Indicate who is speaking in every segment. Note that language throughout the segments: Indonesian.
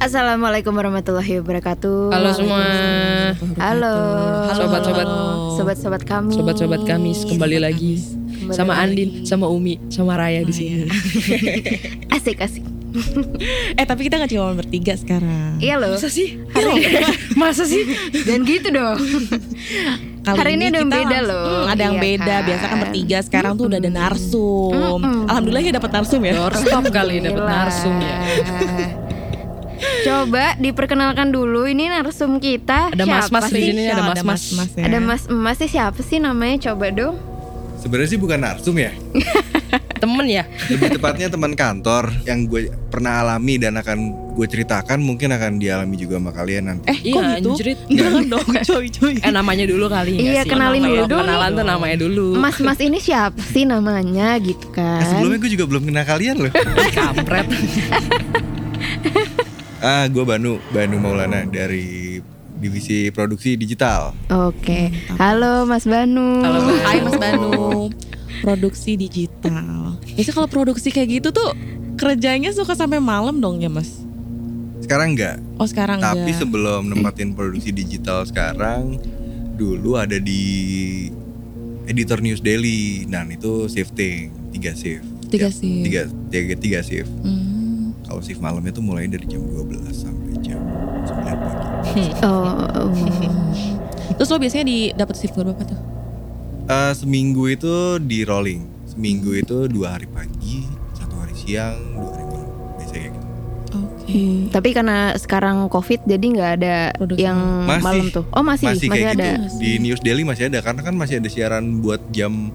Speaker 1: Assalamualaikum warahmatullahi wabarakatuh.
Speaker 2: Halo semua,
Speaker 1: Halo.
Speaker 2: Sobat-sobat.
Speaker 1: Sobat-sobat kami.
Speaker 2: sobat-sobat Kamis kembali lagi
Speaker 1: Iya, Kembali
Speaker 2: sama
Speaker 1: lagi. Oh, iya.
Speaker 2: Andin, sama Umi, sama Raya di sini.
Speaker 1: Asik asik.
Speaker 3: Eh tapi kita nggak cuma bertiga sekarang.
Speaker 1: Iya loh.
Speaker 2: Masa sih?
Speaker 1: Hari
Speaker 2: Masa sih?
Speaker 1: dan gitu dong.
Speaker 3: Kali
Speaker 1: Hari ini ada yang
Speaker 3: kita
Speaker 1: beda
Speaker 3: langs-
Speaker 1: loh.
Speaker 3: Hmm, ada yang
Speaker 1: Iya
Speaker 3: beda.
Speaker 1: kan?
Speaker 3: Biasa kan bertiga. Sekarang tuh udah ada narsum.
Speaker 1: Mm-mm.
Speaker 3: Alhamdulillah ya dapat narsum ya.
Speaker 2: Doorstop kali dapat
Speaker 1: Gila.
Speaker 2: narsum ya.
Speaker 1: Coba diperkenalkan dulu ini narsum kita
Speaker 2: Ada
Speaker 1: siapa
Speaker 2: mas-mas di
Speaker 1: sih?
Speaker 2: sini ada
Speaker 3: Ada
Speaker 2: mas-mas.
Speaker 3: mas-mas ya.
Speaker 1: Ada Mas Mas sih siapa sih namanya coba dong?
Speaker 4: Sebenarnya sih bukan narsum ya,
Speaker 2: Temen ya?
Speaker 4: lebih tepatnya teman kantor yang gue pernah alami dan akan gue ceritakan mungkin akan dialami juga sama kalian nanti.
Speaker 3: Eh kok
Speaker 2: Iya,
Speaker 3: gitu?
Speaker 2: anjrit.
Speaker 3: Jangan dong coy coy.
Speaker 2: Eh namanya dulu kali nggak
Speaker 1: Iya,
Speaker 2: sih?
Speaker 1: kenalin
Speaker 2: Namanya-
Speaker 1: dulu dong.
Speaker 2: Kenalan tuh namanya dulu.
Speaker 1: Mas Mas ini siapa sih namanya gitu
Speaker 4: Nah,
Speaker 2: ya.
Speaker 4: sebelumnya
Speaker 1: kan?
Speaker 4: gue juga belum kenal kalian loh.
Speaker 2: Kampret.
Speaker 4: ah, gue Banu, Banu Maulana dari divisi produksi digital.
Speaker 1: Oke. Halo Mas Banu.
Speaker 2: Halo, Mas.
Speaker 3: Hai Mas Banu. Produksi digital. Biasanya kalau produksi kayak gitu tuh kerjanya suka sampai malam dong ya Mas.
Speaker 4: Sekarang enggak,
Speaker 3: Oh sekarang
Speaker 4: tapi
Speaker 3: enggak.
Speaker 4: sebelum nempatin produksi digital sekarang dulu ada di editor News Daily. Nah, itu shifting, tiga shift.
Speaker 3: Tiga
Speaker 4: Tiap-
Speaker 3: shift.
Speaker 4: Tiga, tiga, tiga shift.
Speaker 3: Hmm.
Speaker 4: Kalau shift malamnya tuh mulai dari jam 12 sampai jam 9 pagi.
Speaker 1: Oh,
Speaker 3: Terus lo biasanya di dapat shift berapa tuh?
Speaker 4: Eh, seminggu itu di rolling. Seminggu itu dua hari pagi, satu hari siang, dua hari malam. Biasanya kayak gitu.
Speaker 3: Oke.
Speaker 1: Tapi karena sekarang COVID jadi nggak ada
Speaker 3: Produksi.
Speaker 1: yang
Speaker 4: Masih.
Speaker 1: malam tuh. Oh masih, masih,
Speaker 4: kayak
Speaker 1: ada.
Speaker 4: gitu. Di News Daily masih ada karena kan masih ada siaran buat jam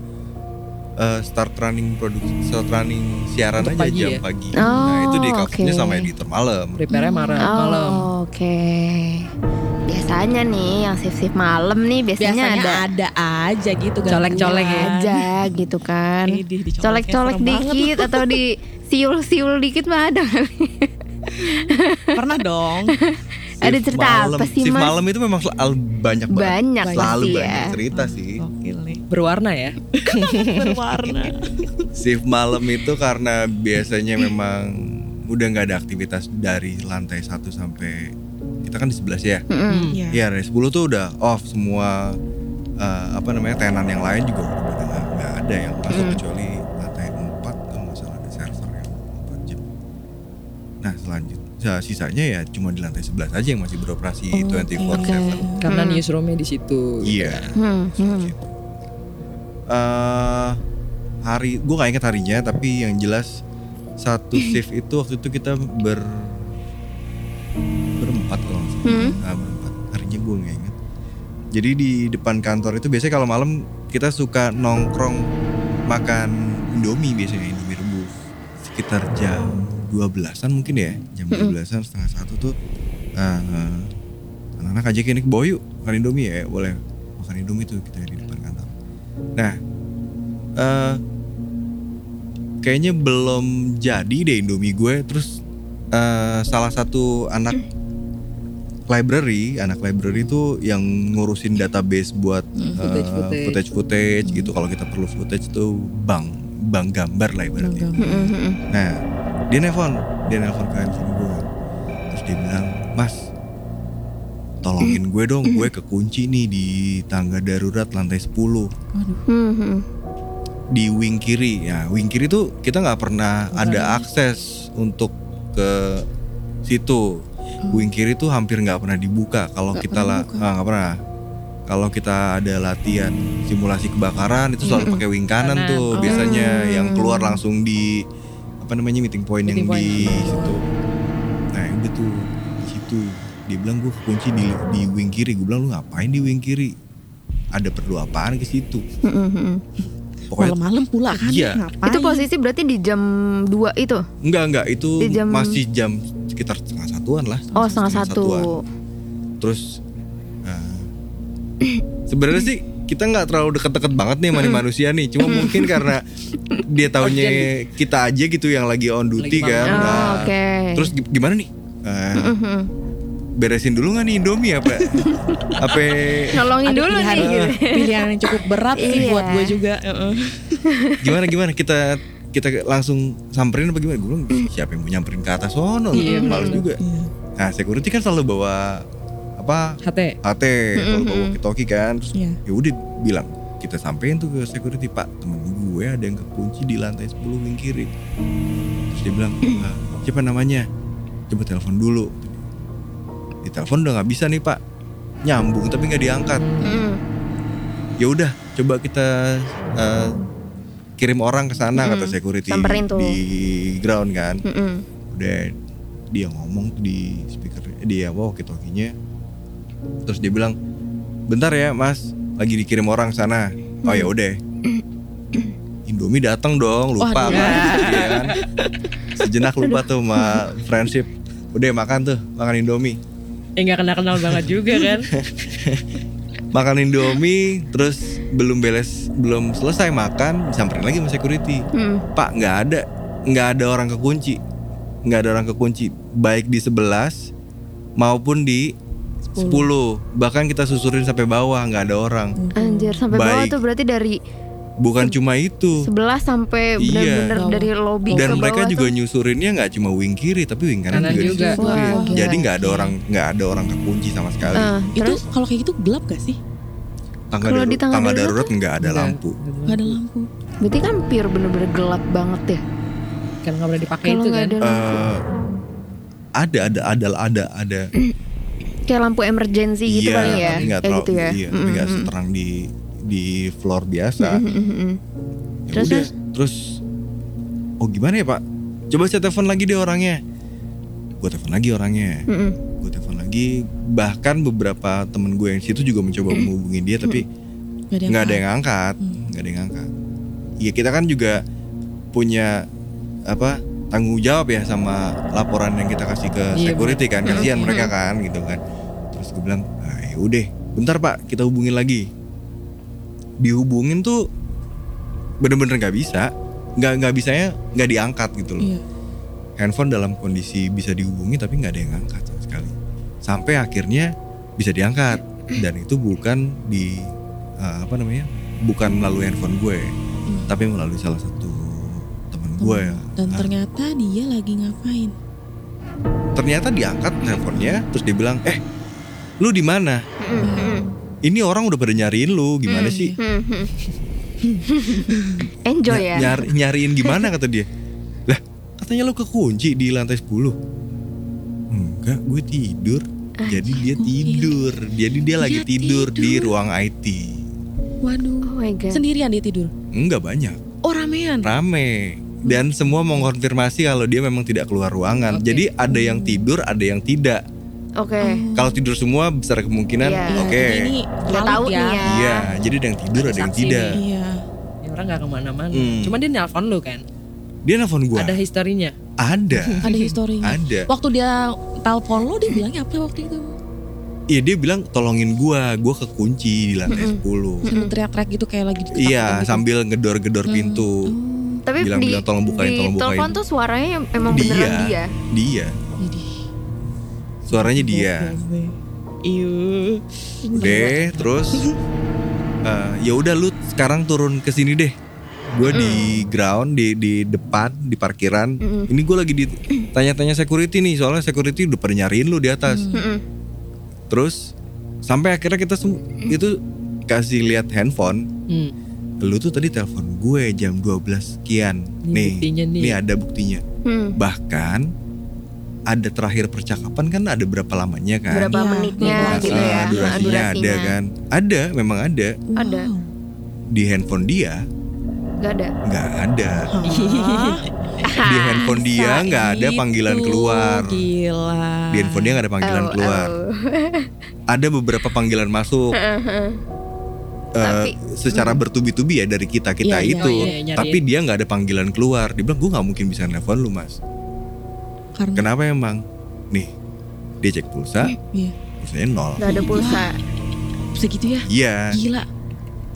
Speaker 4: eh, start running produksi, start running siaran
Speaker 2: Untuk
Speaker 4: aja
Speaker 2: pagi
Speaker 4: jam
Speaker 2: ya?
Speaker 4: pagi.
Speaker 1: Oh,
Speaker 4: nah, itu di covernya
Speaker 1: oke.
Speaker 4: sama editor malam.
Speaker 2: Prepare marah
Speaker 1: Oh,
Speaker 2: malam.
Speaker 1: Oke. Biasanya nih yang shift shift malam nih biasanya,
Speaker 3: Biasanya
Speaker 1: ada
Speaker 3: ada. aja gitu kan.
Speaker 2: Colek-colek ya.
Speaker 1: aja gitu kan.
Speaker 3: Ih, di- dicoleknya
Speaker 1: Colek-colek
Speaker 3: serem banget.
Speaker 1: dikit atau di siul-siul dikit mah ada. kali.
Speaker 3: Pernah dong.
Speaker 1: ada
Speaker 4: Shift
Speaker 1: cerita
Speaker 4: malam.
Speaker 1: apa sih
Speaker 4: Shift
Speaker 1: mas?
Speaker 4: malam itu memang selalu banyak banget.
Speaker 1: Banyak
Speaker 4: selalu
Speaker 1: pasti ya.
Speaker 4: banyak cerita sih.
Speaker 3: Gokil nih.
Speaker 2: Berwarna ya?
Speaker 3: Berwarna.
Speaker 4: Shift malam itu karena biasanya memang udah nggak ada aktivitas dari lantai 1 sampai kita kan di sebelah ya.
Speaker 1: Mm-mm.
Speaker 3: Iya.
Speaker 4: Iya dari 10 tuh udah off semua eh, apa namanya tenan yang lain juga udah pada nggak- nggak ada yang masuk kecuali lantai 4 kalau nggak salah ada server yang 4 jam. Nah selanjutnya sisanya ya cuma di lantai 11 aja yang masih beroperasi 24/7.
Speaker 2: Karena newsroomnya di situ.
Speaker 4: Iya.
Speaker 1: Hmm, hmm.
Speaker 4: Gitu. Eh, hari gue gak inget harinya tapi yang jelas satu shift itu waktu itu kita ber berempat kalau nggak salah.
Speaker 1: Hmm.
Speaker 4: Ah, berempat harinya gue nggak inget jadi di depan kantor itu biasanya kalau malam kita suka nongkrong makan indomie biasanya indomie rebus sekitar jam 12-an mungkin ya jam 12-an setengah satu tuh eh, anak-anak ajakin ini ke bawah yuk makan indomie ya boleh makan indomie tuh kita di depan kantor nah eh kayaknya belum jadi deh indomie gue terus eh, salah satu anak library anak library itu yang ngurusin database buat eh,
Speaker 2: footage-footage.
Speaker 4: footage footage gitu kalau kita perlu footage tuh bank bank gambar lah ibaratnya
Speaker 3: Beragam.
Speaker 1: Mm-mm, mm-mm.
Speaker 4: Nah, dia nelpon, dia nelpon ke handphone gue. Terus dia bilang, Mas, tolongin gue dong, gue kekunci nih di tangga darurat lantai 10
Speaker 1: Hmm, hmm.
Speaker 4: di wing kiri. Ya, wing kiri tuh kita nggak pernah ada akses untuk ke situ. Wing kiri tuh hampir nggak pernah dibuka kalau kita lah Hmm. nggak pernah. Kalau kita ada latihan simulasi kebakaran itu selalu pakai wing Hmm. kanan, Ah.
Speaker 2: Kanan.
Speaker 4: tuh
Speaker 2: Oh.
Speaker 4: biasanya yang keluar langsung di apa namanya meeting point
Speaker 2: Meeting
Speaker 4: yang
Speaker 2: point.
Speaker 4: di situ. Nah udah tuh di situ dia bilang gue kunci di di wing kiri. Gue bilang lu ngapain di wing kiri? Ada perlu apaan ke situ?
Speaker 1: Mm-mm,
Speaker 4: hmm.
Speaker 1: mm-mm.
Speaker 4: Pokoknya
Speaker 3: Malam-malam pula kan.
Speaker 4: Iya.
Speaker 3: Ngapain?
Speaker 1: Itu posisi berarti di jam 2 itu?
Speaker 4: Enggak enggak itu
Speaker 1: Di jam-
Speaker 4: masih jam sekitar setengah satuan lah.
Speaker 1: Oh setengah satu.
Speaker 4: satuan. Terus eh, sebenarnya sih kita nggak terlalu deket-deket banget nih sama nih manusia nih. Cuma mungkin karena dia tahunya kita aja gitu yang lagi on
Speaker 2: Lagi
Speaker 4: duty kan.
Speaker 1: malam. Oh,
Speaker 4: Nah,
Speaker 1: oke. Hmm,
Speaker 4: Terus gi- gimana nih? Eh,
Speaker 1: Mm-mm.
Speaker 4: beresin dulu nggak nih Indomie apa? apa
Speaker 1: Nolongin
Speaker 3: Ada
Speaker 1: dulu
Speaker 3: pilihan,
Speaker 1: nih. gitu.
Speaker 3: pilihan yang cukup berat sih
Speaker 1: Iya.
Speaker 3: buat gue juga. Heeh.
Speaker 4: gimana gimana kita kita langsung samperin apa gimana? Gue bilang siapa yang mau nyamperin ke atas sono?
Speaker 2: Iya, bener.
Speaker 4: Malu juga. Nah, security kan selalu bawa apa?
Speaker 2: HT.
Speaker 4: HT, selalu bawa walkie-talkie kan. Terus
Speaker 3: Iya.
Speaker 4: ya udah bilang kita sampein tuh ke security pak temen gue ada yang kekunci di lantai 10 wing kiri terus dia bilang
Speaker 1: Mm.
Speaker 4: "Ah, siapa namanya coba telepon dulu di telepon udah nggak bisa nih pak nyambung tapi nggak diangkat
Speaker 1: Mm.
Speaker 4: ya udah coba kita eh, kirim orang ke sana kata
Speaker 1: Mm-mm,
Speaker 4: security
Speaker 1: samperin tuh.
Speaker 4: di ground kan
Speaker 1: Mm-mm.
Speaker 4: udah dia ngomong tuh di speaker dia wow kitokinya terus dia bilang bentar ya mas lagi dikirim orang sana oh ya udah Indomie datang dong lupa
Speaker 3: Waduh.
Speaker 4: kan, Iya kan. sejenak lupa tuh sama friendship udah makan tuh makan Indomie
Speaker 2: Ya nggak kenal-kenal banget juga kan.
Speaker 4: makan Indomie terus belum beres belum selesai makan disamperin lagi sama security
Speaker 1: Mm.
Speaker 4: Pak nggak ada nggak ada orang kekunci nggak ada orang kekunci baik di 11 maupun di 10 bahkan kita susurin sampai bawah nggak ada orang
Speaker 1: Anjir sampai bawah
Speaker 4: Baik.
Speaker 1: tuh berarti dari
Speaker 4: bukan cuma itu
Speaker 1: 11 sampai benar-benar
Speaker 3: Iya.
Speaker 1: dari lobby ke
Speaker 4: dan mereka
Speaker 1: bawah
Speaker 4: juga
Speaker 1: tuh.
Speaker 4: nyusurinnya nggak cuma wing kiri tapi wing kanan,
Speaker 2: Kanan juga.
Speaker 4: juga, disusurin.
Speaker 1: Wah, gila.
Speaker 4: jadi nggak ada orang nggak ada orang kekunci sama sekali
Speaker 1: Eh,
Speaker 3: Itu
Speaker 1: terus
Speaker 3: kalau kayak gitu gelap gak sih?
Speaker 4: tangga,
Speaker 1: kalau
Speaker 4: darurat,
Speaker 1: di tangga
Speaker 4: tangga
Speaker 1: darurat
Speaker 4: darurat nggak ada lampu
Speaker 3: Gak ada lampu.
Speaker 1: berarti kan pure bener-bener gelap banget ya
Speaker 2: Kan nggak boleh dipakai
Speaker 1: kalau
Speaker 2: itu
Speaker 1: nggak
Speaker 2: kan.
Speaker 1: ada lampu.
Speaker 4: Eh, ada ada ada ada ada
Speaker 1: kayak lampu emergency gitu
Speaker 4: iya,
Speaker 1: paling ya
Speaker 4: tapi nggak
Speaker 1: kayak
Speaker 4: terlalu-
Speaker 1: gitu ya
Speaker 4: iya, tapi nggak
Speaker 1: Mm-mm.
Speaker 4: seterang di di floor biasa
Speaker 1: Mm-mm, mm-mm.
Speaker 4: Ya
Speaker 1: Terus,
Speaker 4: udah,
Speaker 1: terus?
Speaker 4: terus oh gimana ya pak coba saya telepon lagi deh orangnya gue telepon lagi orangnya
Speaker 1: Mm-mm.
Speaker 4: gue telepon lagi bahkan beberapa temen gue yang situ juga mencoba menghubungi dia tapi
Speaker 3: Gak ada yang,
Speaker 4: nggak ada yang angkat
Speaker 3: Hmm.
Speaker 4: nggak ada yang angkat ya kita kan juga punya apa tanggung jawab ya sama laporan yang kita kasih ke
Speaker 2: Iya,
Speaker 4: security kan kasihan
Speaker 1: Hmm.
Speaker 4: mereka kan gitu kan terus gue bilang ah, ya udah bentar pak kita hubungin lagi dihubungin tuh bener-bener nggak bisa nggak nggak bisanya nggak diangkat gitu loh
Speaker 3: Iya.
Speaker 4: handphone dalam kondisi bisa dihubungi tapi nggak ada yang angkat sama sekali sampai akhirnya bisa diangkat dan itu bukan di eh, apa namanya bukan melalui handphone gue tapi melalui salah satu teman gue
Speaker 3: Hmm. Dan
Speaker 4: Nah,
Speaker 3: ternyata dia lagi ngapain?
Speaker 4: ternyata diangkat handphonenya terus dia bilang eh lu di mana
Speaker 1: Mm-mm.
Speaker 4: ini orang udah pada nyariin lu gimana
Speaker 3: Hmm.
Speaker 4: sih
Speaker 1: Mm-mm. enjoy
Speaker 4: Ny-
Speaker 1: ya
Speaker 4: nyari- nyariin gimana kata dia lah katanya lu kekunci di lantai 10 enggak gue tidur jadi dia
Speaker 3: gokil.
Speaker 4: tidur jadi dia lagi
Speaker 3: Dia
Speaker 4: tidur, di
Speaker 3: tidur.
Speaker 4: ruang IT
Speaker 1: oh
Speaker 3: Waduh.
Speaker 1: my god
Speaker 3: Sendirian dia tidur.
Speaker 4: enggak banyak
Speaker 3: Oh ramean.
Speaker 4: rame dan semua mengkonfirmasi kalau dia memang tidak keluar ruangan
Speaker 2: Oke.
Speaker 4: jadi ada yang tidur ada yang tidak
Speaker 1: oke
Speaker 4: kalau tidur semua besar kemungkinan
Speaker 1: Iya.
Speaker 4: oke
Speaker 3: Jadi Ini
Speaker 1: nggak
Speaker 3: valid
Speaker 1: tahu nih ya
Speaker 4: iya jadi ada yang tidur ada yang
Speaker 2: Saksi
Speaker 4: tidak
Speaker 2: nih.
Speaker 3: Iya.
Speaker 2: Ya, orang nggak kemana-mana.
Speaker 4: Hmm.
Speaker 2: Cuma dia nelpon lu kan.
Speaker 4: dia nelfon gue
Speaker 2: Ada
Speaker 4: ada
Speaker 2: historinya.
Speaker 4: ada,
Speaker 3: Ada historinya. Waktu dia telepon lo dia bilangnya apa waktu itu?
Speaker 4: Iya dia bilang tolongin gua, gua kekunci di lantai
Speaker 1: Mm-mm.
Speaker 4: 10
Speaker 3: Sambil teriak-teriak gitu kayak lagi ditakutin
Speaker 4: Iya
Speaker 3: gitu.
Speaker 4: sambil ngedor-gedor pintu
Speaker 3: Oh,
Speaker 1: tapi
Speaker 4: Bilang-
Speaker 1: di
Speaker 4: bilang, "Tolong bukain,
Speaker 1: di
Speaker 4: tolong bukain."
Speaker 1: telepon tuh suaranya emang beneran
Speaker 4: Dia.
Speaker 1: dia
Speaker 4: Dia,
Speaker 3: jadi.
Speaker 4: suaranya dia
Speaker 1: Iya.
Speaker 3: Iya.
Speaker 2: Iu.
Speaker 4: Udah terus eh, ya udah lu sekarang turun ke sini deh Gua di ground, di, di depan, di parkiran
Speaker 1: Mm. Mm-mm.
Speaker 4: Ini gua lagi ditanya-tanya security nih Soalnya security udah pada nyariin lu di atas
Speaker 3: Hmm,
Speaker 1: Mm-mm.
Speaker 4: Terus sampai akhirnya kita sem-
Speaker 1: Mm.
Speaker 4: itu kasih lihat handphone
Speaker 2: Hmm.
Speaker 4: lu tuh tadi telepon gue jam 12 sekian
Speaker 1: Iya,
Speaker 2: Ini
Speaker 4: nih
Speaker 2: buktinya nih.
Speaker 4: nih ada buktinya
Speaker 1: Hmm.
Speaker 4: bahkan ada terakhir percakapan kan ada berapa lamanya kan
Speaker 1: berapa
Speaker 3: Iya,
Speaker 1: menitnya
Speaker 3: berapa
Speaker 1: gitu
Speaker 4: Ah,
Speaker 1: ya
Speaker 4: durasinya, ada kan ada memang ada
Speaker 3: Wow.
Speaker 1: Ada.
Speaker 4: di handphone dia
Speaker 1: gak ada
Speaker 4: nggak ada
Speaker 3: Hah?
Speaker 4: di handphone dia
Speaker 3: Bisa
Speaker 4: nggak ada
Speaker 3: itu.
Speaker 4: panggilan keluar
Speaker 3: Gila.
Speaker 4: di handphone dia nggak ada panggilan
Speaker 1: Oh,
Speaker 4: keluar
Speaker 1: oh.
Speaker 4: ada beberapa panggilan masuk Eh,
Speaker 1: Tapi-
Speaker 4: secara bertubi-tubi ya dari kita
Speaker 3: Iya,
Speaker 4: kita
Speaker 3: iya,
Speaker 4: itu
Speaker 2: iya, nyariin.
Speaker 4: tapi dia nggak ada panggilan keluar dia bilang gue nggak mungkin bisa nelfon lu mas
Speaker 3: Karena
Speaker 4: Kenapa emang? Nih, dia cek pulsa,
Speaker 3: iya.
Speaker 4: pulsanya nol.
Speaker 1: Gak ada pulsa
Speaker 3: segitu ya.
Speaker 4: Iya,
Speaker 3: Gila.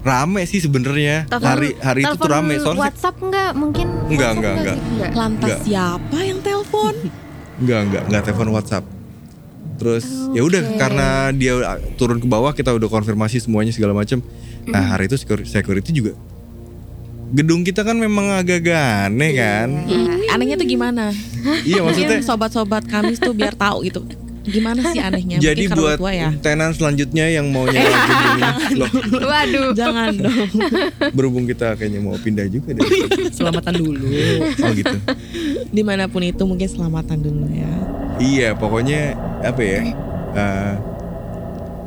Speaker 4: rame sih sebenarnya.
Speaker 1: Telepon-
Speaker 4: Hari hari itu tuh
Speaker 1: Telepon
Speaker 4: rame. Soalnya
Speaker 1: WhatsApp nggak mungkin
Speaker 4: Nggak,
Speaker 1: WhatsApp
Speaker 4: nggak,
Speaker 1: nggak
Speaker 4: nggak.
Speaker 1: sih? nggak
Speaker 3: Lantas
Speaker 4: Nggak.
Speaker 3: siapa yang telepon?
Speaker 4: enggak enggak enggak telepon WhatsApp. Terus
Speaker 1: Oke.
Speaker 4: ya udah karena dia uh, turun ke bawah kita udah konfirmasi semuanya segala macam. Nah, hari itu secur- security juga Gedung kita kan memang agak-agak aneh kan
Speaker 1: Iya.
Speaker 3: Nah, Anehnya tuh gimana?
Speaker 4: Iya maksudnya
Speaker 3: Mungkin sobat-sobat kamis tuh biar tahu gitu. Gimana sih anehnya?
Speaker 4: Jadi
Speaker 3: Mungkin karena
Speaker 4: buat
Speaker 3: tua ya.
Speaker 4: tenan selanjutnya yang mau nyewa gedung ini, loh,
Speaker 1: Waduh.
Speaker 3: Jangan dong.
Speaker 4: berhubung kita kayaknya mau pindah juga deh.
Speaker 2: Selamatan dulu.
Speaker 4: Oh gitu.
Speaker 3: Dimanapun itu mungkin selamatan dulu ya.
Speaker 4: Iya, pokoknya apa ya? eh,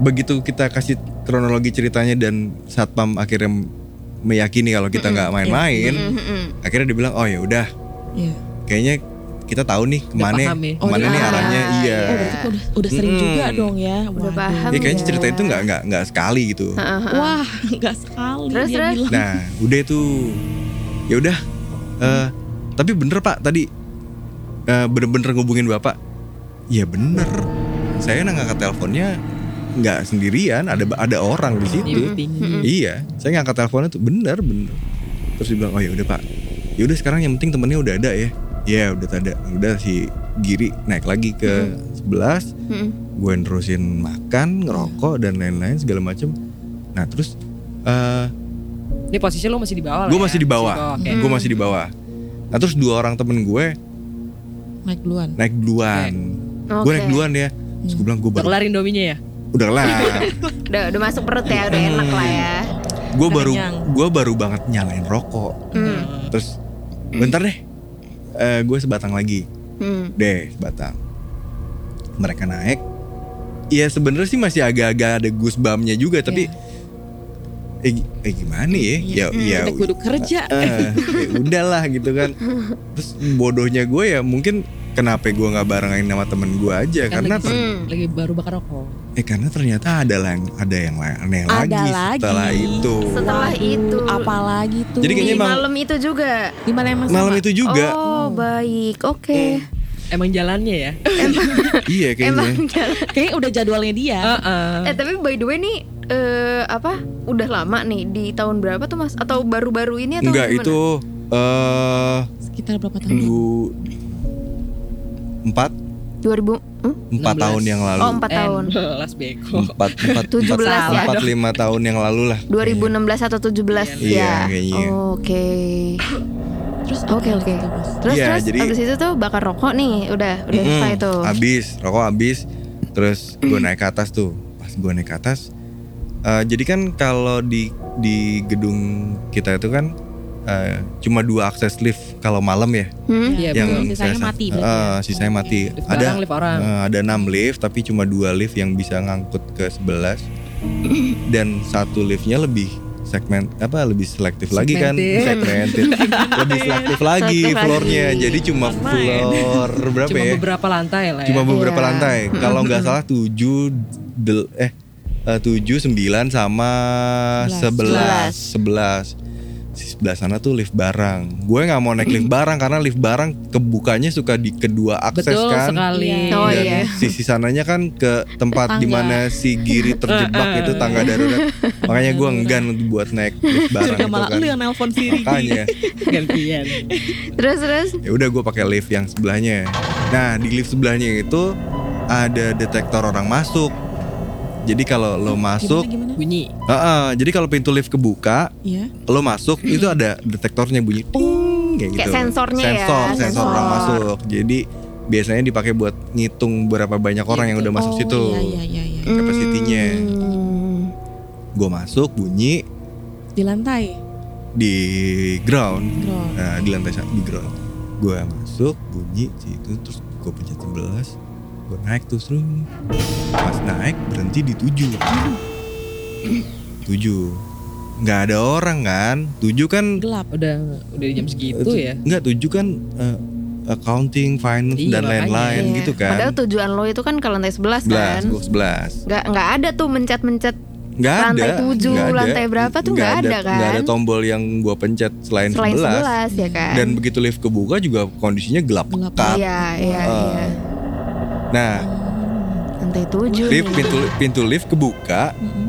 Speaker 4: begitu kita kasih kronologi ceritanya dan satpam akhirnya meyakini kalau kita nggak main-main,
Speaker 1: Mm-mm.
Speaker 4: akhirnya dia bilang, oh ya udah,
Speaker 3: Iya.
Speaker 4: kayaknya kita tahu nih kemana,
Speaker 2: paham ya.
Speaker 3: Oh,
Speaker 4: kemana
Speaker 3: udah
Speaker 4: nih
Speaker 3: paham.
Speaker 4: arahnya. Iya.
Speaker 3: Oh berarti kok udah, udah sering
Speaker 4: Mm-mm.
Speaker 3: juga dong ya.
Speaker 1: Udah
Speaker 3: Waduh.
Speaker 1: paham.
Speaker 4: Ya kayaknya cerita
Speaker 1: ya.
Speaker 4: itu nggak nggak nggak sekali gitu.
Speaker 1: Heeh.
Speaker 3: Wah, nggak sekali
Speaker 1: Terus,
Speaker 3: dia
Speaker 1: terus?
Speaker 3: bilang.
Speaker 4: Nah, udah itu. Ya udah. Eh, tapi bener Pak tadi eh, bener-bener ngubungin Bapak. Ya bener. Saya nang ngangkat teleponnya nggak sendirian, ada ada orang di situ.
Speaker 2: Ini penting.
Speaker 1: Mm-mm.
Speaker 4: Iya, saya ngangkat teleponnya tuh bener bener. Terus dia bilang, oh ya udah Pak. Ya udah sekarang yang penting temennya udah ada ya. Ya udah ada. Udah si Giri naik lagi ke 11
Speaker 1: Mm-mm.
Speaker 4: gue nerusin makan, ngerokok dan lain-lain segala macem. Nah terus eh
Speaker 2: Ini posisi lo masih di bawah
Speaker 4: gue masih di bawah,
Speaker 2: ya? Oke.
Speaker 4: Hmm. gue masih di bawah. Nah terus dua orang temen gue
Speaker 3: Naik duluan.
Speaker 4: naik duluan,
Speaker 1: Oke.
Speaker 4: gue naik duluan ya. Terus gue bilang gue
Speaker 2: Udah
Speaker 4: baru,
Speaker 2: kelar Indominya ya?
Speaker 4: udah lah,
Speaker 3: Iya.
Speaker 1: Udah, udah masuk perut ya, udah enak lah ya.
Speaker 4: gue baru,
Speaker 3: Kenyang.
Speaker 4: gue baru banget nyalain rokok.
Speaker 1: Hmm.
Speaker 4: Terus bentar deh, eh, gue sebatang lagi,
Speaker 1: Hmm.
Speaker 4: deh sebatang. Mereka naik, ya sebenarnya sih masih agak-agak ada goosebump-nya juga, tapi
Speaker 3: Iya.
Speaker 4: eh, gi- eh, gimana ya? Ya, ya,
Speaker 3: Kita Hmm, kudu kerja.
Speaker 4: eh ya udahlah gitu kan terus bodohnya gue ya mungkin kenapa gue nggak barengin sama temen gue aja
Speaker 2: Kan
Speaker 4: karena
Speaker 2: lagi-
Speaker 4: ter-
Speaker 1: Hmm.
Speaker 2: Lagi baru bakar rokok.
Speaker 4: eh karena ternyata ada yang ada yang la- aneh
Speaker 3: Ada
Speaker 4: lagi setelah
Speaker 3: lagi.
Speaker 4: itu
Speaker 1: Setelah itu.
Speaker 3: Apalagi tuh.
Speaker 4: Jadi kayaknya
Speaker 1: Di
Speaker 4: emang-
Speaker 1: malam itu juga.
Speaker 3: di mana emang
Speaker 4: malam itu juga
Speaker 1: Oh, baik. Oke.
Speaker 2: Emang jalannya ya?
Speaker 4: iya
Speaker 1: Emang
Speaker 4: kayaknya
Speaker 1: jalan.
Speaker 3: Kayaknya udah jadwalnya dia.
Speaker 2: Heeh.
Speaker 1: Eh, tapi by the way nih eh apa? Udah lama nih di tahun berapa tuh, Mas? Atau baru-baru ini atau
Speaker 4: enggak
Speaker 1: gimana? Hmm.
Speaker 4: itu eh
Speaker 3: Sekitar berapa tahun?
Speaker 4: minggu empat
Speaker 1: 2000 hmm?
Speaker 4: empat
Speaker 2: 16.
Speaker 4: tahun yang lalu
Speaker 1: Oh, 4 tahun.
Speaker 2: 16 beko.
Speaker 4: empat empat
Speaker 1: 17
Speaker 4: empat
Speaker 1: ya.
Speaker 4: empat lima tahun yang lalu lah
Speaker 1: 2016 atau 17
Speaker 4: Iya,
Speaker 1: ya.
Speaker 4: kayaknya.
Speaker 1: Oke.
Speaker 3: Terus
Speaker 1: Oke,
Speaker 3: apa
Speaker 1: oke.
Speaker 3: lagi tuh, Mas?
Speaker 1: Terus
Speaker 4: Iya,
Speaker 1: terus
Speaker 4: jadi-
Speaker 1: abis itu tuh bakar rokok nih, udah udah
Speaker 4: Mm-mm,
Speaker 1: selesai tuh. Mm.
Speaker 4: Abis, rokok abis. Terus gue naik ke atas tuh. Pas gue naik ke atas, eh, jadi kan kalau di di gedung kita itu kan eh, cuma dua akses lift kalau malam ya.
Speaker 1: Hmm?
Speaker 2: Iya,
Speaker 3: Yang
Speaker 2: betul.
Speaker 3: betul. Sisanya
Speaker 4: saya-
Speaker 3: mati berarti ya?
Speaker 4: eh, sisanya mati.
Speaker 2: Lift
Speaker 4: ada
Speaker 2: barang, lift orang.
Speaker 4: eh, ada enam lift, tapi cuma dua lift yang bisa ngangkut ke 11 dan satu liftnya lebih segmen apa lebih selektif lagi kan
Speaker 2: Segmented.
Speaker 4: segmented lebih selektif lagi
Speaker 1: Selektif lagi.
Speaker 4: floornya jadi cuma
Speaker 3: Main.
Speaker 4: floor berapa
Speaker 2: Cuma
Speaker 4: ya
Speaker 2: beberapa lantai lah ya.
Speaker 4: cuma beberapa
Speaker 1: Iya.
Speaker 4: lantai. Kalau nggak salah 7 del, eh eh, 7 9 sama 11 11. Di sebelah sana tuh lift barang. Gue nggak mau naik lift barang karena lift barang kebukanya suka di kedua akses
Speaker 2: Betul
Speaker 4: kan.
Speaker 2: sekali.
Speaker 3: Iya.
Speaker 1: Oh,
Speaker 4: Dan
Speaker 1: iya.
Speaker 4: sisi sananya kan ke tempat
Speaker 3: Tangga.
Speaker 4: dimana si Giri terjebak itu tangga darurat. Makanya gue enggan buat naik lift barang
Speaker 3: Surga
Speaker 4: itu
Speaker 3: malah
Speaker 4: kan.
Speaker 3: lu yang nelpon sendiri.
Speaker 4: Makanya
Speaker 2: Gantian.
Speaker 1: Terus terus
Speaker 4: ya udah gue pakai lift yang sebelahnya nah di lift sebelahnya itu ada detektor orang masuk jadi kalau lo masuk
Speaker 3: Gimana? gimana?
Speaker 2: Bunyi.
Speaker 4: Heeh, jadi kalau pintu lift kebuka
Speaker 3: Iya.
Speaker 4: lo masuk itu ada detektornya bunyi ting kayak gitu
Speaker 1: Kayak sensornya ya,
Speaker 4: sensor sensor,
Speaker 1: sensor.
Speaker 4: orang masuk jadi biasanya dipakai buat ngitung berapa banyak orang yang udah masuk
Speaker 3: oh,
Speaker 4: situ
Speaker 3: Iya, iya, iya, iya.
Speaker 4: Capacity-nya.
Speaker 1: Hmm.
Speaker 4: gue masuk bunyi
Speaker 3: Di lantai.
Speaker 4: di ground
Speaker 3: Bro.
Speaker 4: Nah, di lantai satu di ground gue masuk bunyi situ terus gue pencet 11 gue naik terus rum. pas naik berhenti di 7 7 nggak ada orang kan 7 kan eh,
Speaker 3: Gelap.
Speaker 2: Udah udah di jam segitu ya.
Speaker 4: nggak 7 kan eh, accounting finance
Speaker 2: Iya,
Speaker 4: dan lain-lain
Speaker 1: Iya.
Speaker 4: gitu kan
Speaker 1: Padahal tujuan lo itu kan ke lantai 11
Speaker 4: 11
Speaker 1: kan.
Speaker 4: gue 11
Speaker 1: Nggak nggak ada tuh mencet-mencet
Speaker 4: nggak ada
Speaker 1: Lantai tujuh,
Speaker 4: nggak ada.
Speaker 1: lantai berapa tuh nggak ada kan?
Speaker 4: nggak ada tombol yang gue pencet selain,
Speaker 1: selain 11,
Speaker 4: 11,
Speaker 1: ya kan.
Speaker 4: dan begitu lift kebuka juga kondisinya gelap
Speaker 3: Gelap.
Speaker 4: pekat
Speaker 1: iya, iya,
Speaker 4: Eh,
Speaker 1: iya.
Speaker 4: nah
Speaker 1: Lantai 7.
Speaker 4: lift pintu pintu lift kebuka
Speaker 3: Mm-mm.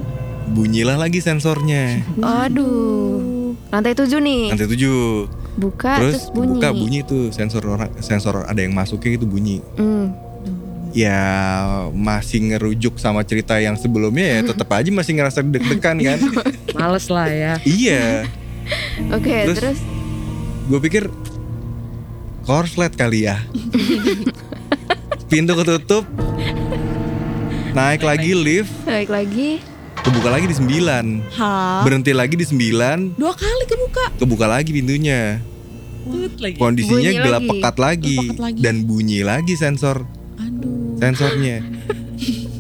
Speaker 4: bunyilah lagi sensornya
Speaker 1: Aduh. Lantai 7 nih.
Speaker 4: lantai tujuh
Speaker 1: Buka terus,
Speaker 4: terus
Speaker 1: bunyi.
Speaker 4: buka bunyi tuh sensor orang sensor ada yang masuknya gitu bunyi
Speaker 1: Hmm.
Speaker 4: ya masih ngerujuk sama cerita yang sebelumnya ya tetap aja masih ngerasa deg-degan kan
Speaker 2: Males lah ya.
Speaker 4: iya
Speaker 1: Oke,
Speaker 4: Terus-
Speaker 1: terus,
Speaker 4: gue pikir korslet kali ya pintu ketutup Naik lagi lift,
Speaker 1: Naik lagi.
Speaker 4: kebuka lagi di 9.
Speaker 3: Hah?
Speaker 4: Berhenti lagi di 9,
Speaker 3: Dua kali kebuka.
Speaker 4: kebuka lagi pintunya.
Speaker 2: Tut lagi.
Speaker 4: Kondisinya
Speaker 1: Bunyi
Speaker 4: gelap
Speaker 1: lagi.
Speaker 4: pekat lagi.
Speaker 3: Gelap pekat lagi.
Speaker 4: dan bunyi lagi sensor
Speaker 3: Aduh.
Speaker 4: sensornya.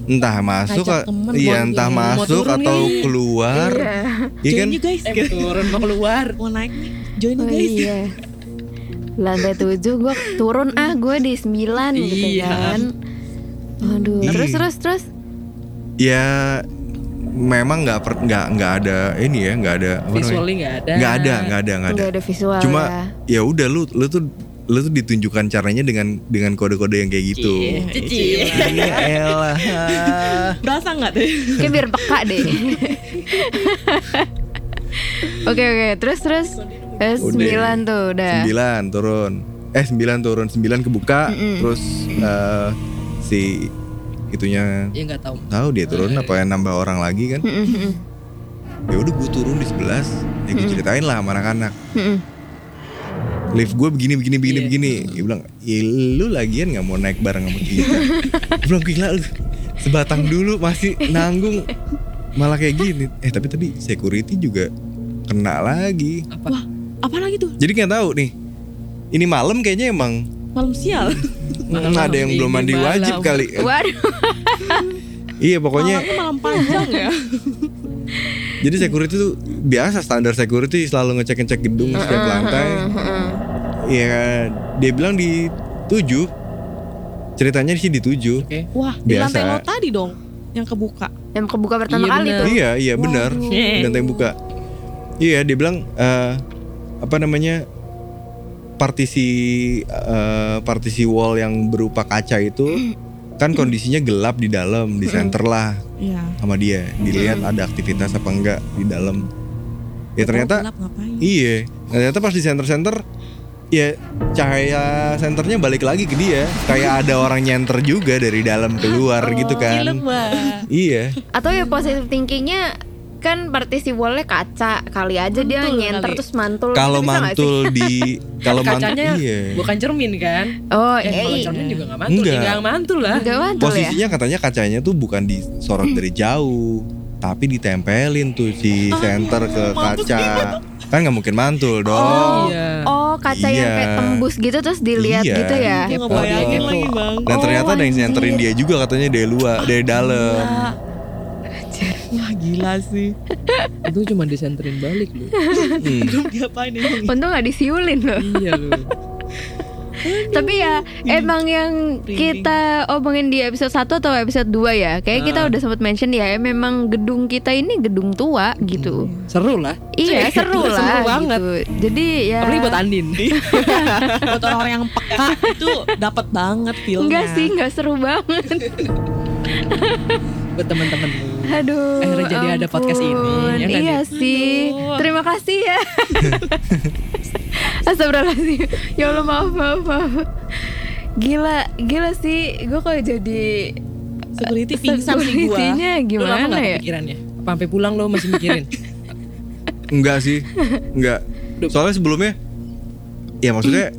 Speaker 4: Entah masuk
Speaker 3: Ngajak temen
Speaker 4: iya
Speaker 3: buat
Speaker 4: entah
Speaker 3: ini, mau
Speaker 4: masuk
Speaker 3: turun
Speaker 4: atau
Speaker 3: nih.
Speaker 4: keluar.
Speaker 1: Iya.
Speaker 4: Iya kan?
Speaker 3: Join you guys.
Speaker 2: Eh mau turun mau keluar.
Speaker 3: Mau naik nih. Join you
Speaker 1: Oh,
Speaker 3: guys.
Speaker 1: iya. Lantai tujuh gue turun ah gue di sembilan gitu
Speaker 2: Iya.
Speaker 1: kan. Aduh.
Speaker 4: Iya.
Speaker 1: Terus terus terus.
Speaker 4: Ya memang nggak per- nggak nggak ada ini ya, nggak ada apa namanya?
Speaker 2: Visualnya nggak ada.
Speaker 4: nggak ada, nggak ada, nggak ada.
Speaker 1: Gak ada visual
Speaker 4: Cuma
Speaker 1: ya.
Speaker 4: ya udah lu lu tuh lu tuh ditunjukkan caranya dengan dengan kode-kode yang kayak gitu.
Speaker 2: Cici.
Speaker 4: Ya elah.
Speaker 3: Berasa nggak deh?
Speaker 1: Kayak biar peka deh. Oke oke terus terus. Eh, sembilan tuh udah.
Speaker 4: Sembilan turun. Eh sembilan turun, sembilan kebuka,
Speaker 1: Mm-mm.
Speaker 4: terus eh, si itunya
Speaker 2: Ya nggak tahu.
Speaker 4: tahu dia turun apa yang nambah orang lagi kan
Speaker 1: Mm, mm, mm,
Speaker 4: ya udah gue turun di 11 ya gue
Speaker 1: Mm-mm.
Speaker 4: ceritain lah sama anak-anak
Speaker 1: mm, mm.
Speaker 4: lift gue begini begini begini
Speaker 2: Iya.
Speaker 4: begini dia bilang "Ya, lu lagian nggak mau naik bareng sama kita gue bilang gila lu sebatang dulu masih nanggung malah kayak gini eh tapi tadi security juga kena lagi
Speaker 2: Apa?
Speaker 3: Apa lagi tuh?
Speaker 4: jadi nggak tahu nih ini malam kayaknya emang
Speaker 3: Malam sial.
Speaker 4: hmm, ada yang
Speaker 2: ini
Speaker 4: belum mandi
Speaker 2: malam.
Speaker 4: wajib kali
Speaker 1: Waduh.
Speaker 4: iya pokoknya
Speaker 3: Malamnya malam panjang ya.
Speaker 4: Jadi security tuh biasa standar security selalu ngecek-ngecek gedung setiap lantai. Iya, dia bilang di 7. Ceritanya sih di 7.
Speaker 2: Oke.
Speaker 3: Wah, di
Speaker 4: Biasa.
Speaker 3: lantai lo tadi dong yang kebuka.
Speaker 1: Yang kebuka pertama
Speaker 2: Iya,
Speaker 1: kali
Speaker 2: bener.
Speaker 1: tuh.
Speaker 4: Iya, iya benar.
Speaker 3: Waduh.
Speaker 4: Dan yang buka. Iya, dia bilang eh, apa namanya? partisi eh, partisi wall yang berupa kaca itu kan kondisinya gelap di dalam, di center lah
Speaker 3: Iya.
Speaker 4: sama dia. Dilihat ada aktivitas apa enggak di dalam. Ya ternyata
Speaker 3: Gelap ngapain?
Speaker 4: Iya, Nah, ternyata pas di center-center ya cahaya senternya balik lagi ke dia. Kayak ada orang nyenter juga dari dalam keluar gitu
Speaker 3: Film
Speaker 4: kan.
Speaker 3: Mbak.
Speaker 4: Iya,
Speaker 1: Atau ya positive thinkingnya kan partisi wallnya kaca kali aja dia
Speaker 3: Mantul
Speaker 1: nyenter
Speaker 3: kali.
Speaker 1: terus mantul. Gitu bisa
Speaker 4: kalau
Speaker 1: nggak sih?
Speaker 4: mantul di kalau mantul
Speaker 2: Kacanya
Speaker 4: iya.
Speaker 2: bukan cermin kan?
Speaker 1: Oh
Speaker 2: eh,
Speaker 1: iya.
Speaker 2: kalau
Speaker 1: iya.
Speaker 2: cermin juga nggak mantul.
Speaker 4: Enggak.
Speaker 2: Enggak mantul lah.
Speaker 1: Nggak mantul ya.
Speaker 4: Posisinya katanya kacanya tuh bukan disorot dari jauh, tapi ditempelin tuh si senter ke
Speaker 3: mampus
Speaker 4: kaca. Kan nggak mungkin mantul dong.
Speaker 1: Oh.
Speaker 2: Iya.
Speaker 1: Oh kaca yang kayak
Speaker 4: Iya.
Speaker 1: tembus gitu terus dilihat
Speaker 4: Iya.
Speaker 1: gitu ya.
Speaker 3: Dia ngebayangin
Speaker 4: Oh.
Speaker 3: lagi bang.
Speaker 4: Dan ternyata ada yang nyenterin dia juga katanya dari luar, dari dalam.
Speaker 3: Wah gila sih.
Speaker 2: Itu cuma disenterin balik lu.
Speaker 4: Hmm.
Speaker 3: Belum diapain emang.
Speaker 1: Untung nggak disiulin loh.
Speaker 2: iya lu.
Speaker 1: Tapi ya emang yang
Speaker 2: Iya.
Speaker 1: kita omongin di episode 1 atau episode 2 ya. Kayak kita
Speaker 2: Ah.
Speaker 1: udah sempat mention ya memang gedung kita ini gedung tua gitu.
Speaker 2: Seru lah.
Speaker 1: Iya, seru
Speaker 2: Hmm. Seru
Speaker 1: lah
Speaker 2: banget.
Speaker 1: gitu. Jadi ya
Speaker 2: Apalagi buat Andin.
Speaker 4: Iya.
Speaker 3: Buat orang-orang yang peka itu dapat banget filmnya.
Speaker 1: Enggak sih, enggak seru banget.
Speaker 2: buat teman-teman lu.
Speaker 1: Aduh.
Speaker 2: Akhirnya jadi ada podcast ini,
Speaker 1: ampun.
Speaker 2: ya nggak
Speaker 1: iya sih.
Speaker 3: Aduh.
Speaker 1: Terima kasih ya. Astagfirullahaladzim. Ya Allah maaf maaf maaf. Gila, gila sih. Gue kalau jadi
Speaker 3: Security pingsan sih gua.
Speaker 1: security-nya
Speaker 2: Lu lama
Speaker 1: gimana
Speaker 2: nggak
Speaker 1: ya?
Speaker 2: kepikirannya? Apa sampai pulang lo masih mikirin?
Speaker 4: Enggak sih, enggak. Soalnya sebelumnya, ya maksudnya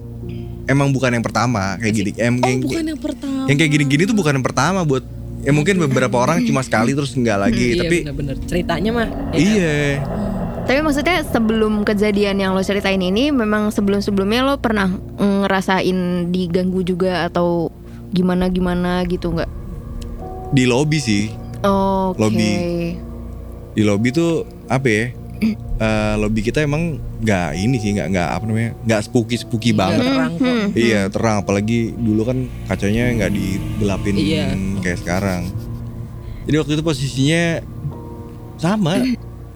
Speaker 4: emang bukan yang pertama kayak gini. Em,
Speaker 3: Oh
Speaker 4: yang,
Speaker 3: bukan yang pertama.
Speaker 4: yang kayak gini-gini tuh bukan yang pertama buat. Ya mungkin beberapa orang cuma sekali terus enggak lagi, tapi
Speaker 2: iya, bener-bener. ceritanya mah. ya
Speaker 4: iya.
Speaker 1: Tapi maksudnya sebelum kejadian yang lo ceritain ini memang sebelum-sebelumnya lo pernah ngerasain diganggu juga atau gimana gimana gitu nggak?
Speaker 4: Di lobby sih,
Speaker 1: Oke.
Speaker 4: Lobby. di lobby tuh apa ya? Eh, lobby kita emang nggak ini sih, nggak nggak apa namanya, nggak spooky spooky
Speaker 2: Nggak
Speaker 4: banget.
Speaker 2: terang kok.
Speaker 1: Hmm.
Speaker 4: Iya terang, apalagi dulu kan kacanya nggak digelapin
Speaker 2: Iya.
Speaker 4: kayak sekarang. Jadi waktu itu posisinya sama,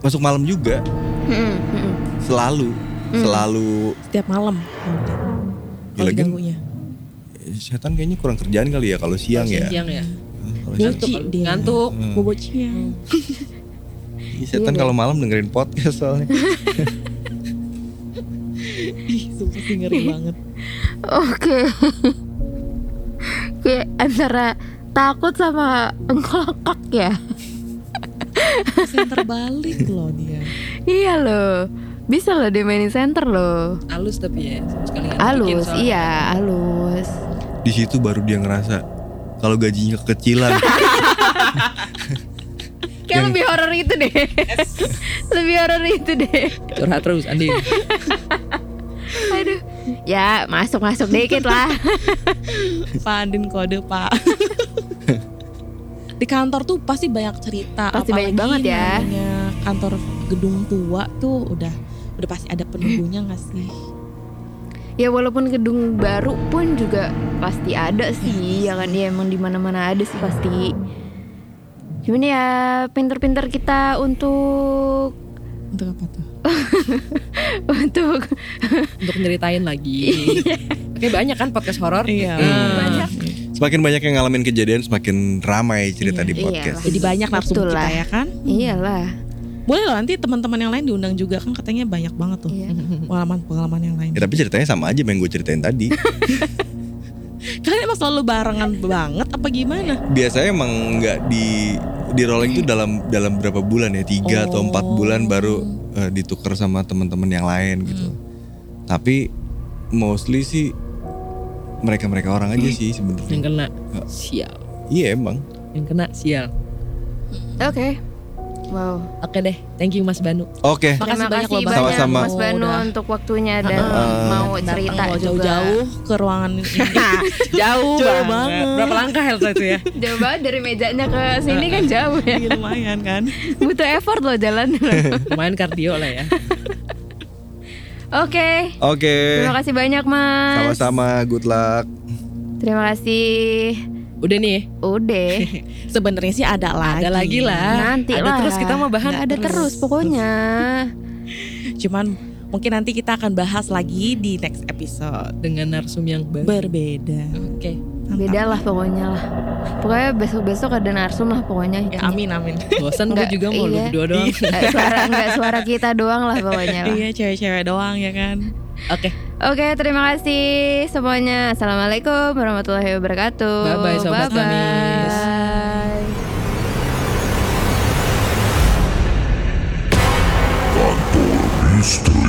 Speaker 4: masuk malam juga.
Speaker 1: Hmm, hmm.
Speaker 4: selalu selalu
Speaker 3: Setiap malam.
Speaker 4: ya
Speaker 3: Kalau
Speaker 4: lagi
Speaker 3: diganggunya.
Speaker 4: setan kayaknya kurang kerjaan kali ya kalau siang
Speaker 2: Siang,
Speaker 4: ya
Speaker 2: ya.
Speaker 4: Hah, kalau siang.
Speaker 2: Ngantuk.
Speaker 3: Cuci
Speaker 2: kalau-
Speaker 3: dia.
Speaker 2: Ngantuk.
Speaker 4: Hmm.
Speaker 3: Bobo ciang.
Speaker 4: Ih, setan kalau malam dengerin podcast soalnya
Speaker 3: Ih, sumpah sih ngeri banget.
Speaker 1: Oke. Kayak antara takut sama ngelakak ya.
Speaker 3: Senter balik loh dia.
Speaker 1: Iya loh. Bisa loh dimainin center loh.
Speaker 2: Halus tapi ya. Sekali nggak mungkin
Speaker 1: Alus,
Speaker 2: soalnya.
Speaker 1: iya, alus.
Speaker 4: di situ baru dia ngerasa kalau gajinya kekecilan
Speaker 1: Kayak
Speaker 4: Yang-
Speaker 1: lebih horor itu deh. lebih horor itu deh.
Speaker 2: curhat terus Andi
Speaker 1: Aduh. Ya, masuk-masuk dikit lah.
Speaker 3: Pak Andin kode Pak. di kantor tuh pasti banyak cerita.
Speaker 1: Pasti banyak banget ya.
Speaker 3: namanya Kantor gedung tua tuh udah udah pasti ada penunggunya nggak sih?
Speaker 1: ya walaupun gedung baru pun juga pasti ada sih, ya kan? Ya emang di mana-mana ada sih pasti. Cuman ya pinter-pinter kita untuk
Speaker 3: Untuk apa tuh?
Speaker 1: untuk
Speaker 2: untuk nyeritain lagi
Speaker 1: Iya.
Speaker 2: oke banyak kan podcast horor
Speaker 3: Iya.
Speaker 4: Hmm.
Speaker 2: banyak
Speaker 4: semakin banyak yang ngalamin kejadian semakin ramai cerita
Speaker 3: Iya.
Speaker 4: di podcast
Speaker 1: Iya
Speaker 3: Jadi banyak nafsu
Speaker 1: Betul
Speaker 3: kita
Speaker 1: lah.
Speaker 3: ya kan?
Speaker 1: iyalah.
Speaker 3: Boleh loh nanti teman-teman yang lain diundang juga kan katanya banyak banget tuh
Speaker 1: Iya.
Speaker 3: pengalaman-pengalaman yang lain.
Speaker 4: ya, tapi ceritanya sama aja sama yang gue ceritain tadi
Speaker 3: Kalian emang selalu barengan banget apa gimana?
Speaker 4: biasanya emang nggak di di rolling itu dalam dalam berapa bulan ya tiga atau empat
Speaker 3: Oh.
Speaker 4: bulan baru eh, ditukar sama teman-teman yang lain gitu tapi mostly sih mereka mereka orang aja sih
Speaker 2: yang
Speaker 4: sebenarnya
Speaker 2: kena sial
Speaker 4: iya emang
Speaker 2: yang kena sial
Speaker 1: Oke. Wow.
Speaker 2: oke deh thank you Mas Banu
Speaker 4: oke
Speaker 2: Makasih
Speaker 1: Terima
Speaker 2: banyak
Speaker 1: kasih
Speaker 2: loh, Bang.
Speaker 1: banyak
Speaker 4: Sama-sama.
Speaker 1: Mas Banu
Speaker 3: Udah.
Speaker 1: untuk waktunya dan mau
Speaker 3: Datang
Speaker 1: cerita
Speaker 3: mau
Speaker 1: juga.
Speaker 3: jauh-jauh ke ruangan ini.
Speaker 2: jauh,
Speaker 3: Jauh
Speaker 2: banget.
Speaker 3: banget.
Speaker 2: berapa langkah Elsa itu ya
Speaker 1: Jauh banget dari mejanya ke sini kan jauh ya.
Speaker 3: Iya, lumayan kan.
Speaker 1: Butuh effort loh jalan. Oke.
Speaker 2: lumayan kardio lah ya
Speaker 4: oke
Speaker 1: Terima kasih banyak Mas.
Speaker 4: sama-sama good luck
Speaker 1: Terima kasih.
Speaker 2: udah nih
Speaker 1: Udah.
Speaker 3: Sebenarnya sih ada lagi.
Speaker 2: ada lagi lah
Speaker 1: Nanti
Speaker 2: ada
Speaker 1: lah.
Speaker 2: terus kita mau bahan
Speaker 1: Nggak ada terus, pokoknya.
Speaker 3: Cuman mungkin nanti kita akan bahas lagi di next episode.
Speaker 2: dengan narsum yang baru
Speaker 3: Berbeda.
Speaker 2: oke
Speaker 3: Mantap.
Speaker 1: Beda lah pokoknya lah. Pokoknya besok-besok ada narsum lah pokoknya.
Speaker 3: Ya amin amin.
Speaker 2: bosan gue
Speaker 1: Nggak,
Speaker 2: juga mau lu
Speaker 1: iya.
Speaker 2: berdua doang oke
Speaker 1: Eh, suara enggak suara kita doang lah pokoknya lah.
Speaker 3: Iya cewek-cewek doang ya kan.
Speaker 1: Oke, terima kasih semuanya. Assalamualaikum warahmatullahi wabarakatuh.
Speaker 2: Bye-bye, Sobat
Speaker 1: Bye-bye.
Speaker 2: Kamis.
Speaker 5: Kantor Misteri